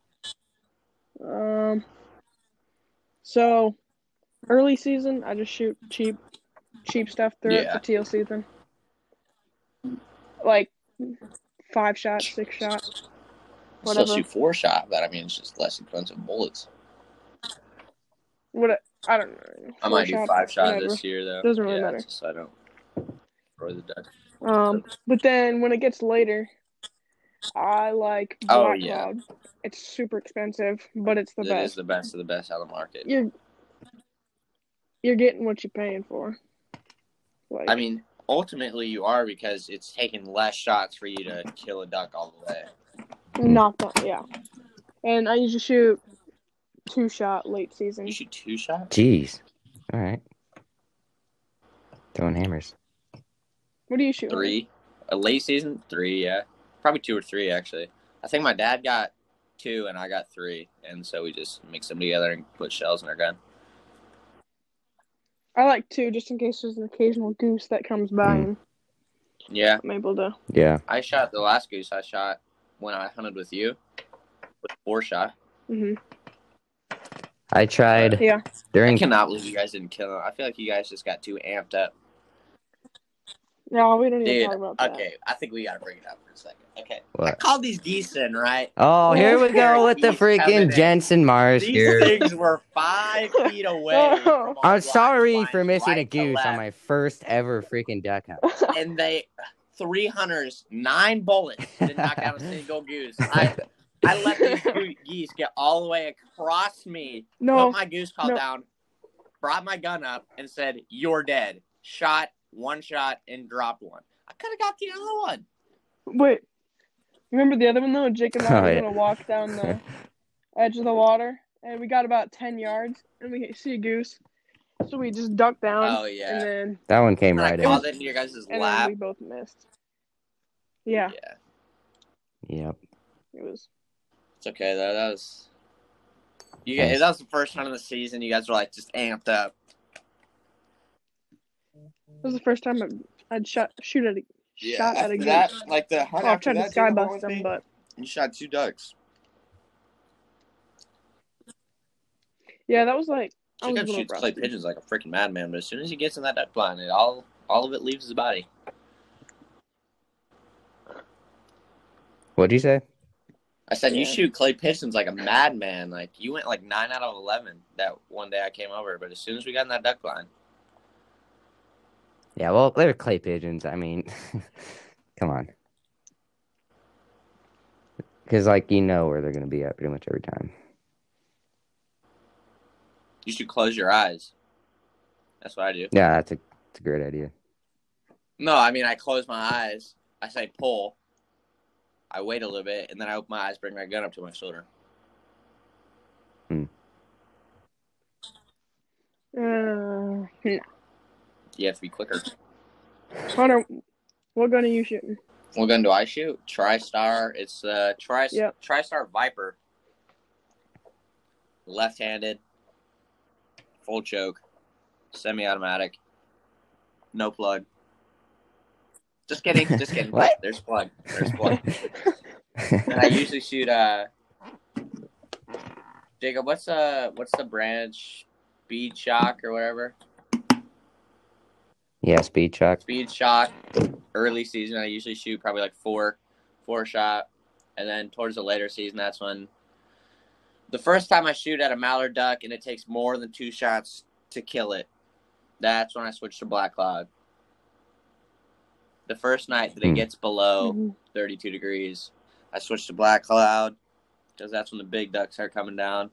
C: Um, so early season, I just shoot cheap, cheap stuff through
A: Yeah.
C: it for teal season. Like five shot, six shot.
A: Still
C: Whatever.
A: shoot four shot, but I mean it's just less expensive bullets.
C: What I don't know.
A: I might do
C: Four-shot,
A: five shot
C: whatever.
A: this year though.
C: Doesn't really
A: Yeah,
C: matter.
A: it's Just, I don't throw the duck.
C: Um, but then when it gets later, I like
A: Oh,
C: Black
A: yeah.
C: Cloud. It's super expensive, but it's the
A: It is
C: best.
A: the best of the best out of the market.
C: You're you're getting what you're paying for. Like
A: I mean, ultimately you are because it's taking less shots for you to kill a duck all the way.
C: not that, yeah. And I usually shoot two shot late season.
A: You shoot two shots?
B: Jeez. All right. Throwing hammers.
C: What do you shoot?
A: Three. A late season? Three, yeah. Probably two or three actually. I think my dad got two and I got three. And so we just mix them together and put shells in our gun.
C: I like two, just in case there's an occasional goose that comes by,
B: Hmm.
C: and
A: Yeah.
C: I'm able to.
B: Yeah.
A: I shot the last goose I shot when I hunted with you with four shot.
C: hmm
B: I tried
C: Yeah,
A: I
B: during
A: cannot believe you guys didn't kill him. I feel like you guys just got too amped up.
C: no, we don't even
A: Dude,
C: talk about that.
A: okay, I think we gotta bring it up for a second. Okay. I
B: what?
A: called these geese in, right?
B: Oh, here we go with the
A: He's coming in.
B: freaking Jensen Mars
A: These
B: here.
A: things were five feet away.
C: Oh.
A: from our
B: I'm
A: blind
B: sorry
A: lines,
B: for missing a
A: right to
B: goose on
A: left.
B: my first ever freaking duck hunt.
A: And they, three hunters, nine bullets did not knock out a single goose. I, I let these goo- geese get all the way across me
C: No,
A: put my goose call
C: no.
A: down, brought my gun up, and said, "You're dead." Shot one shot and dropped one. I could have got the other one.
C: Wait. Remember the other one though? Jake and I
B: Oh,
C: were
B: yeah.
C: gonna walk down the edge of the water and we got about ten yards and we see a goose. So we just ducked down
A: Oh
C: and
A: yeah,
C: then
B: That one came
A: and I
B: right in.
A: called it in your guys'
C: and then
A: lap.
C: we both missed. Yeah,
A: Yeah,
B: Yep.
C: it was
A: it's okay though. That was you guys.
B: Nice.
A: That was the first hunt of the season. You guys were like just amped up.
C: it was the first time I'd, I'd shot shoot at a shot at a goose.
A: like the
C: Oh,
A: hunt
C: I tried to skybust them, but
A: you shot two ducks.
C: yeah, that was like I was a
A: Jacob
C: little
A: shoots clay
C: rusty.
A: pigeons like a freaking madman, but as soon as he gets in that duck blind, it all all of it leaves his body.
B: What'd you say?
A: I said
C: Yeah.
A: you shoot clay pigeons like a madman. Like you went like nine out of eleven that one day I came over, but as soon as we got in that duck line,
B: Yeah, well, they're clay pigeons. I mean, come on. Because, like, you know where they're going to be at pretty much every time.
A: you should close your eyes. That's what I do.
B: Yeah, that's a, that's a great idea.
A: No, I mean I close my eyes. I say pull. I wait a little bit, and then I open my eyes, bring my gun up to my shoulder.
C: Uh, no.
A: You have to be quicker.
C: Hunter, what gun are you shooting?
A: What gun do I shoot? TriStar. It's uh Tri
C: Yep.
A: TriStar Viper. Left-handed. Full choke. Semi-automatic. No plug. Just kidding. Just kidding.
B: What?
A: There's plug. There's plug. and I usually shoot uh Jacob, what's uh what's the branch? Speed shock or whatever.
B: yeah, speed shock.
A: Speed shock. Early season I usually shoot probably like four four shot. And then towards the later season that's when the first time I shoot at a mallard duck and it takes more than two shots to kill it, that's when I switch to black cloud. The first night that it
B: Hmm.
A: gets below
C: Mhm.
A: 32 degrees. I switched to black cloud because that's when the big ducks are coming down.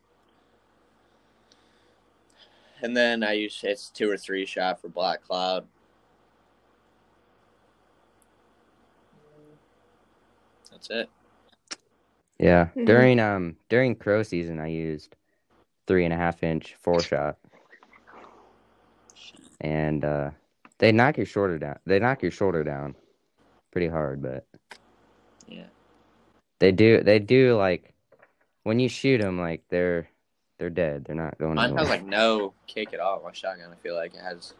A: and then I use it's two or three shot for Black Cloud. That's it.
B: Yeah.
C: Mhm.
B: During um during crow season I used three and a half inch four shot. And uh they knock your shoulder down they knock your shoulder down pretty hard, but
A: Yeah.
B: they do they do like when you shoot them like they're they're dead. They're not going
A: Mine has
B: anywhere.
A: like no kick at all. My shotgun, I feel like it has,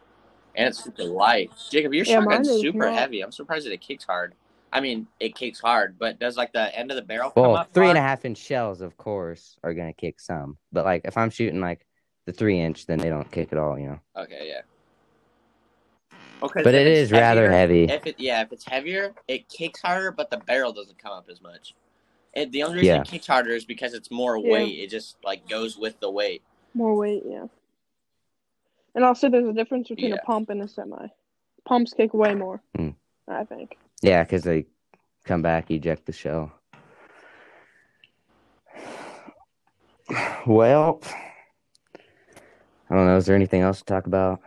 A: and it's super light. Jacob, your
C: Yeah,
A: shotgun's
C: mine is
A: super
C: not.
A: heavy. I'm surprised that it kicks hard. I mean, it kicks hard, but does like the end of the barrel come
B: Well,
A: up?
B: three and a half inch shells, of course, are gonna kick some. But like if I'm shooting like the three inch, then they don't kick at all, you know.
A: Okay, yeah. Okay,
B: But it is rather heavy.
A: If it yeah, if it's heavier, it kicks harder, but the barrel doesn't come up as much. It, the only reason
B: Yeah.
A: it kicks harder is because it's more
C: Yeah.
A: weight. It just like goes with the weight.
C: More weight, yeah. And also, there's a difference between
A: Yeah.
C: a pump and a semi. Pumps kick way more,
B: Hmm.
C: I think.
B: Yeah, because they come back, eject the shell. Well, I don't know. Is there anything else to talk about?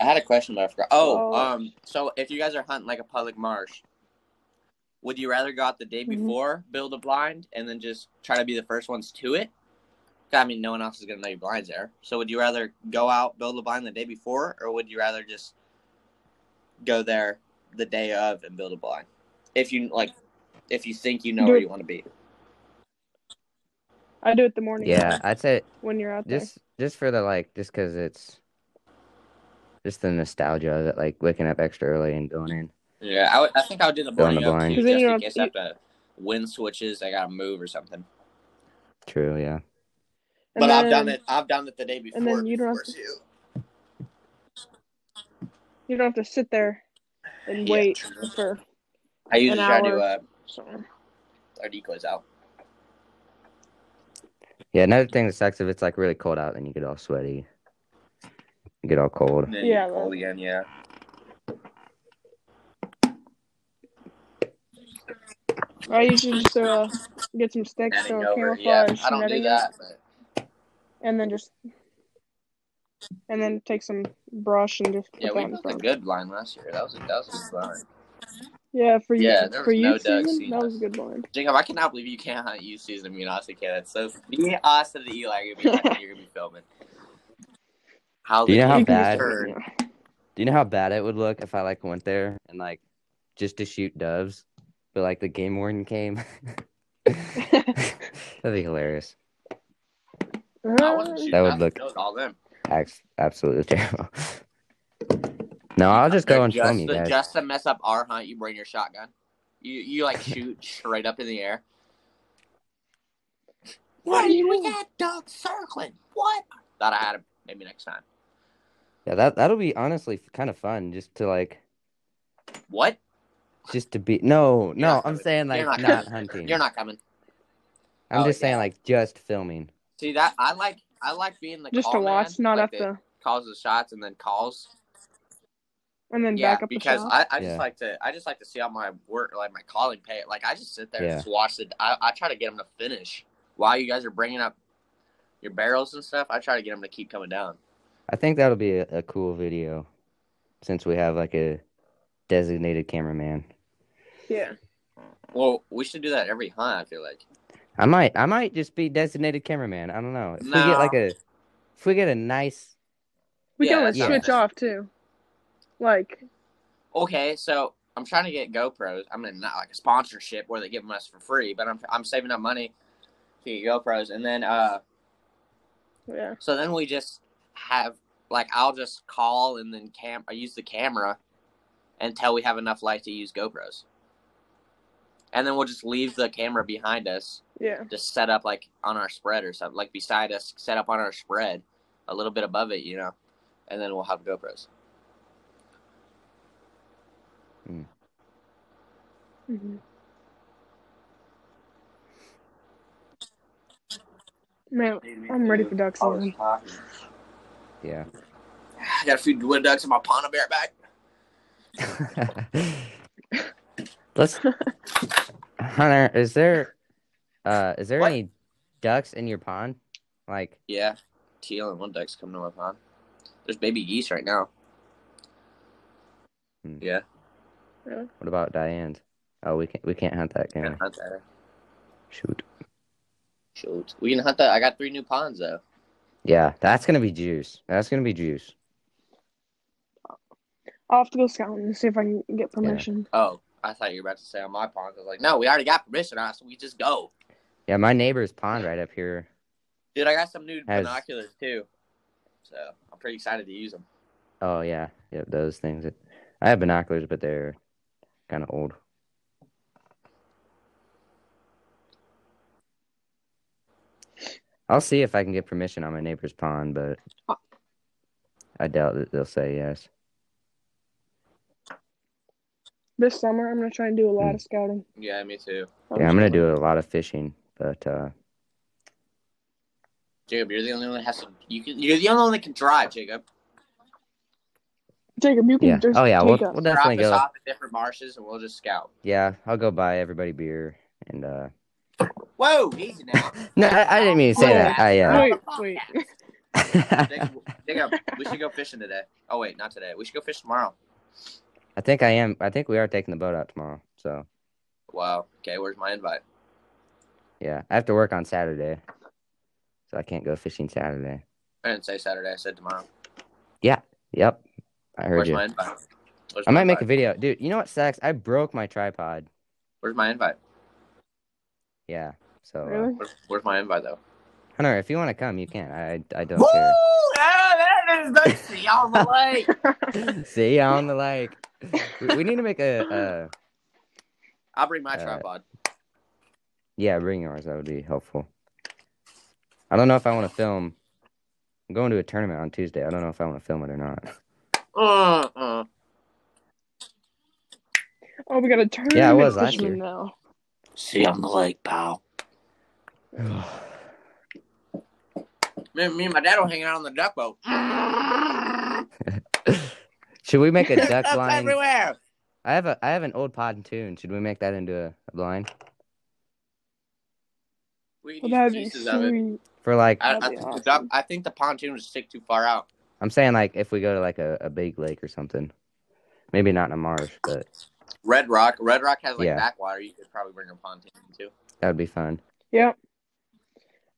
A: I had a question, but I forgot. Oh,
C: Oh.
A: um, so if you guys are hunting like a public marsh, would you rather go out the day
C: Mhm.
A: before, build a blind, and then just try to be the first ones to it? I mean, no one else is gonna know your blinds there. So would you rather go out build a blind the day before, or would you rather just go there the day of and build a blind? If you like, if you think you know
C: Do
A: where
C: it-
A: you want to be.
C: I do it the morning
B: Yeah,
C: time
B: I'd say
C: when you're out
B: just just for the like, just because it's just the nostalgia of it, like waking up extra early and going in.
A: Yeah, I, would, I think I would do the
B: Go on
A: morning
B: the
A: of
B: blind.
A: too,
C: 'Cause then
A: just
C: you
A: in
C: don't-
A: case I have to wind switches. I gotta move or something.
B: True. Yeah.
C: there. And
A: but I've done
C: then
A: it. I've done it the day before.
C: and then you don't
A: before
C: have to-
A: too.
C: You don't have to sit there and
A: Yeah,
C: wait
A: true.
C: for
A: I usually
C: an
A: try to
C: hour.
A: uh,
C: something.
A: our decoys out.
B: Yeah. Another thing that sucks if it's like really cold out, then you get all sweaty, you get all cold.
A: And
C: Yeah,
A: pull
C: that-
A: again, yeah.
C: I usually just uh, get some sticks
A: Netting
C: or
A: over,
C: camouflage
A: yeah. I don't do
C: netting,
A: that. But
C: and then just and then take some brush and just put
A: yeah,
C: that
A: we
C: in
A: built a
C: front.
A: good line last year. That was a, that was a good line.
C: Yeah, for you
A: Yeah, there was
C: for you
A: no duck
C: season,
A: seen
C: that
A: us.
C: was a good one.
A: Jacob, I cannot believe you can't hunt you season me and Austin can. That's so Oh, me, Austin, and Eli, you're gonna be, hunting, you're gonna be filming. How
B: Do you
A: the
B: know how
A: geese
C: You can
B: bad-
C: just-
A: turn.
C: yeah.
B: Do you know how bad it would look if I like went there and like just to shoot doves, but like the game warden came? That'd be hilarious.
A: I wasn't shooting
B: That would
A: nothing.
B: look-
A: That was all them.
B: Ac- Absolutely terrible. No, I'll just go and
A: just,
B: film you
A: to-
B: guys.
A: Just to mess up our hunt, you bring your shotgun. You you like shoot straight up in the air.
C: What are you
A: We
C: doing?
A: got dogs circling. What? Thought I had him. Maybe next time.
B: Yeah, that that'll be honestly kind of fun, just to like,
A: What?
B: just to be. No, no,
A: not
B: I'm
A: coming.
B: saying like
A: You're not
B: not,
A: coming.
B: hunting.
A: You're not coming.
B: I'm
A: oh,
B: just saying
A: yeah.
B: like just filming.
A: See that? I like I like being the
C: just
A: call
C: to watch,
A: man,
C: not
A: like
C: have
A: that
C: to
A: calls the shots and then calls.
C: and then
A: Yeah,
C: back up the
A: because
C: shot.
A: I, I
B: Yeah.
A: just like to I just like to see how my work like my calling pay. Like I just sit there
B: Yeah.
A: and just watch the. I, I try to get them to finish while you guys are bringing up your barrels and stuff. I try to get them to keep coming down.
B: I think that'll be a, a cool video, since we have like a designated cameraman.
C: yeah.
A: Well, we should do that every hunt. I feel like.
B: I might, I might just be designated cameraman. I don't know. If we
A: No.
B: get like a, if we get a nice,
C: We
A: Yeah,
C: can always
B: that's
C: switch
A: something.
C: off too. Like
A: Okay, so I'm trying to get GoPros. I mean, not like a sponsorship where they give them us for free, but I'm I'm saving up money to get GoPros, and then uh,
C: yeah.
A: so then we just have like I'll just call and then cam I use the camera until we have enough light to use GoPros, and then we'll just leave the camera behind us,
C: Yeah.
A: just set up like on our spread or something, like beside us, set up on our spread, a little bit above it, you know, and then we'll have GoPros.
C: Mhm. Man, I'm ready for duck
B: Oh.
C: season.
B: yeah.
A: I gotta feed the wood ducks in my pond and bear back.
B: Let's, Hunter. Is there, uh, is there
A: What?
B: any ducks in your pond? Like,
A: Yeah, teal and one duck's coming to my pond. There's baby geese right now.
B: Hmm.
A: Yeah,
B: what about Diane's? Oh, we can't we can't hunt that,
A: we
B: can
A: can
B: we?
A: hunt that.
B: Shoot.
A: Shoot, we can hunt that. I got three new ponds though.
B: Yeah, that's gonna be juice. That's gonna be juice.
C: I'll have to go scouting and see if I can get permission.
A: Oh, I thought you were about to say on my pond. I was like, no, we already got permission, on, so we just go.
B: Yeah, my neighbor's pond right up here.
A: Dude, I got some new
B: Has-
A: binoculars too, so I'm pretty excited to use them.
B: Oh yeah, yep, those things. That, I have binoculars, but they're kind of old. I'll see if I can get permission on my neighbor's pond, but I doubt that they'll say yes.
C: This summer, I'm gonna try and do a lot of scouting.
A: Yeah, me too.
B: Mm.
C: Oh,
B: Yeah, I'm gonna do a lot of fishing, but uh,
A: Jacob, you're the only one that has to. You can. You're the only one that can drive, Jacob.
C: Jacob, you can
B: yeah.
C: just
B: Oh yeah, we'll,
C: take
B: we'll
C: us.
B: definitely
A: Drop us
B: go.
A: off at different marshes, and we'll just scout.
B: Yeah, I'll go buy everybody beer and uh.
A: Whoa, easy now.
B: No, I, I didn't mean to say
C: Oh,
B: that. I uh.
C: Wait, wait.
A: Jacob, Jacob, we should go fishing today. Oh wait, not today. We should go fish tomorrow.
B: I think I am. I think we are taking the boat out tomorrow. So
A: Wow. Okay, where's my invite?
B: yeah, I have to work on Saturday, so I can't go fishing Saturday.
A: I didn't say Saturday. I said tomorrow.
B: Yep, I heard
A: Where's
B: you.
A: my invite? Where's
B: I
A: my
B: might make a
A: invite?
B: video, dude. You know what sucks? I broke my tripod.
A: Where's my invite?
B: Yeah. So uh,
C: Really?
A: Where's, where's my invite though?
B: Hunter, if you want to come, you can. I I I don't
A: Woo! Yeah, that is the on the lake.
B: care. See ya on the like. We, we need to make a. Uh,
A: I'll bring my
B: Uh,
A: tripod.
B: yeah, bring yours. That would be helpful. I don't know if I want to film. I'm going to a tournament on Tuesday. I don't know if I want to film it or not.
A: Uh, uh.
C: Oh, we got a tournament
B: Yeah, I was last
C: fisherman
B: year.
C: now.
A: See on the lake, pal. Me, me and my dad will hang out on the duck boat.
B: Should we make a duck
A: Ducks
B: blind?
A: everywhere.
B: I have a I have an old pontoon. Should we make that into a, a blind
A: We
C: Well,
A: need
C: that'd be
A: pieces of it.
C: sweet.
B: for like?
A: I, I,
C: That'd be
A: think the
C: awesome.
A: duck, I think the pontoon would stick too far out.
B: I'm saying like if we go to like a, a big lake or something, maybe not in a marsh, but
A: Red Rock, Red Rock has like
B: Yeah.
A: backwater. You could probably bring a pontoon too.
B: that would be fun.
C: Yep.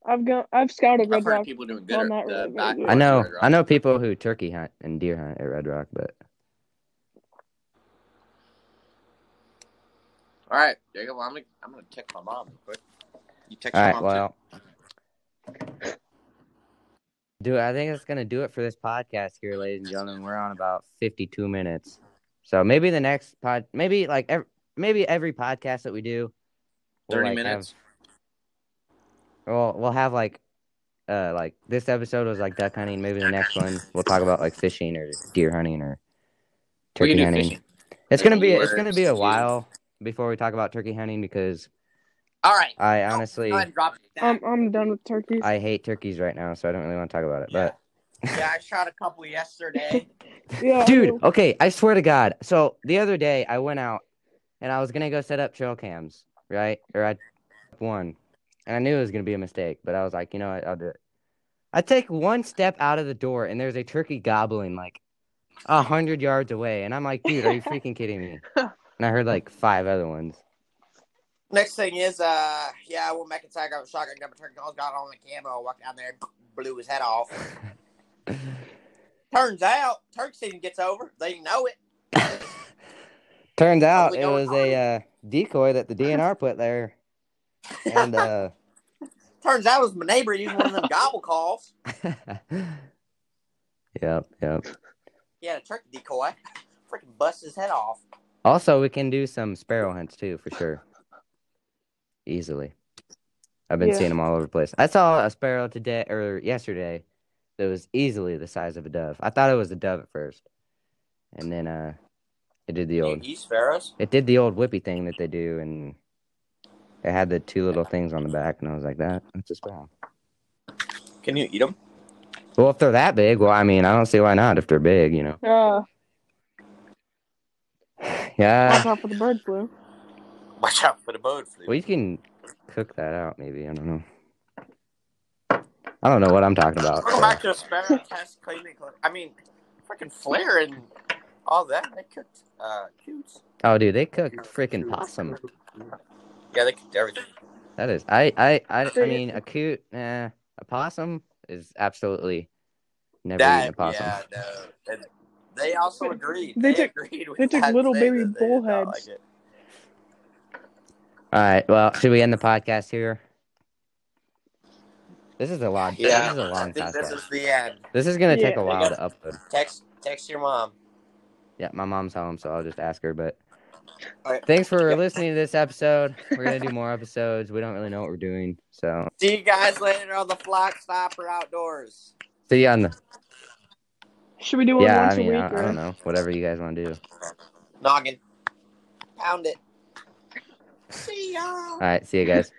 C: I've go. I've scouted
A: I've
C: Red
A: heard
C: Rock.
A: people doing
C: Well,
A: good.
C: not
A: at the
C: really, but
A: backwater
C: yeah.
B: I
A: at
B: know
A: Red Rock.
B: I know people who turkey hunt and deer hunt at Red Rock, but
A: All right, Jacob. Well, I'm gonna, I'm gonna text my mom real quick. You text
B: all
A: my
B: right,
A: mom.
B: well. Dude, I think that's gonna do it for this podcast here, ladies and gentlemen. We're on about fifty-two minutes, so maybe the next pod, maybe like ev- maybe every podcast that we do,
A: too.
B: we'll,
A: Thirty
B: like, have-
A: minutes.
B: Well, we'll have like, uh, like this episode was like duck hunting. Maybe the next one we'll talk about like fishing or deer hunting or
A: we
B: turkey
A: can do
B: hunting.
A: fishing.
B: It's gonna be it's
A: Or
B: gonna be a
A: season.
B: while before we talk about turkey hunting because
A: All right.
B: I
A: Oh,
B: honestly
A: Go ahead and drop it down.
C: I'm I'm done with turkeys.
B: I hate turkeys right now, so I don't really want to talk about it. But
A: yeah, I shot a couple yesterday.
C: yeah, I
B: dude,
C: will.
A: Oh.
B: okay, I swear to God. So the other day I went out and I was gonna go set up trail cams, right? Or I one, and I knew it was gonna be a mistake, but I was like, you know, what, I'll do it. I take one step out of the door and there's a turkey gobbling like a hundred yards away, and I'm like, dude, are you freaking kidding me? And I heard like five other ones.
A: Next thing is, uh, yeah, I went back inside, got a shotgun, got a turkey, calls, got on the camera, walked down there, blew his head off. Turns out, turkey season gets over. They know it.
B: Turns out
A: Probably
B: it
A: going
B: was a uh, decoy that the DNR put there, and uh,
A: Turns out it was my neighbor using one of them gobble calls.
B: yep, yep.
A: He had a turkey decoy. Freaking bust his head off.
B: Also, we can do some sparrow hunts too, for sure. Easily. I've been
C: Yeah.
B: seeing them all over the place. I saw a sparrow today or yesterday that was easily the size of a dove. I thought it was a dove at first. And then uh it did the
A: You
B: old
A: eat sparrows?
B: it did the old whippy thing that they do and it had the two little things on the back and I was like that that's a sparrow.
A: Can you eat them?
B: Well if they're that big, well I mean I don't see why not if they're big, you know.
C: Uh, watch
B: Yeah.
C: out for the bird flu.
A: Watch out for the bird flu.
B: Well you can cook that out maybe, I don't know. I don't know what I'm talking about.
A: Go back to Spanner Cass Clayton. I mean, freaking Flair and all that. They cooked uh, cutes.
B: Oh, dude, they cooked freaking possum.
A: Yeah, they cooked everything.
B: That is, I, I, I, I mean, a cute, eh, a possum is absolutely never eaten a possum.
A: yeah, no. And they also agreed.
C: They took-
A: agreed with
C: they took
A: that
C: little
A: thing
C: baby
A: that they did not like
C: bullheads.
A: it.
B: All right, well, should we end the podcast here? This is a long,
A: Yeah,
B: this is a
A: I
B: long
A: think
B: podcast.
A: this is the end.
B: This is gonna take
C: Yeah.
B: a while to upload.
A: Text, text your mom.
B: Yeah, my mom's home, so I'll just ask her. But
A: All right.
B: thanks for
A: Yeah.
B: listening to this episode. We're gonna do more episodes. We don't really know what we're doing, so
A: See you guys later on the Flock Stopper Outdoors.
B: see you on the.
C: Should we do one
B: Yeah,
C: once
B: I mean,
C: a week?
B: I, I
C: or-
B: don't know. Whatever you guys want to do.
A: Noggin. Pound it. See ya.
B: All right, see you guys.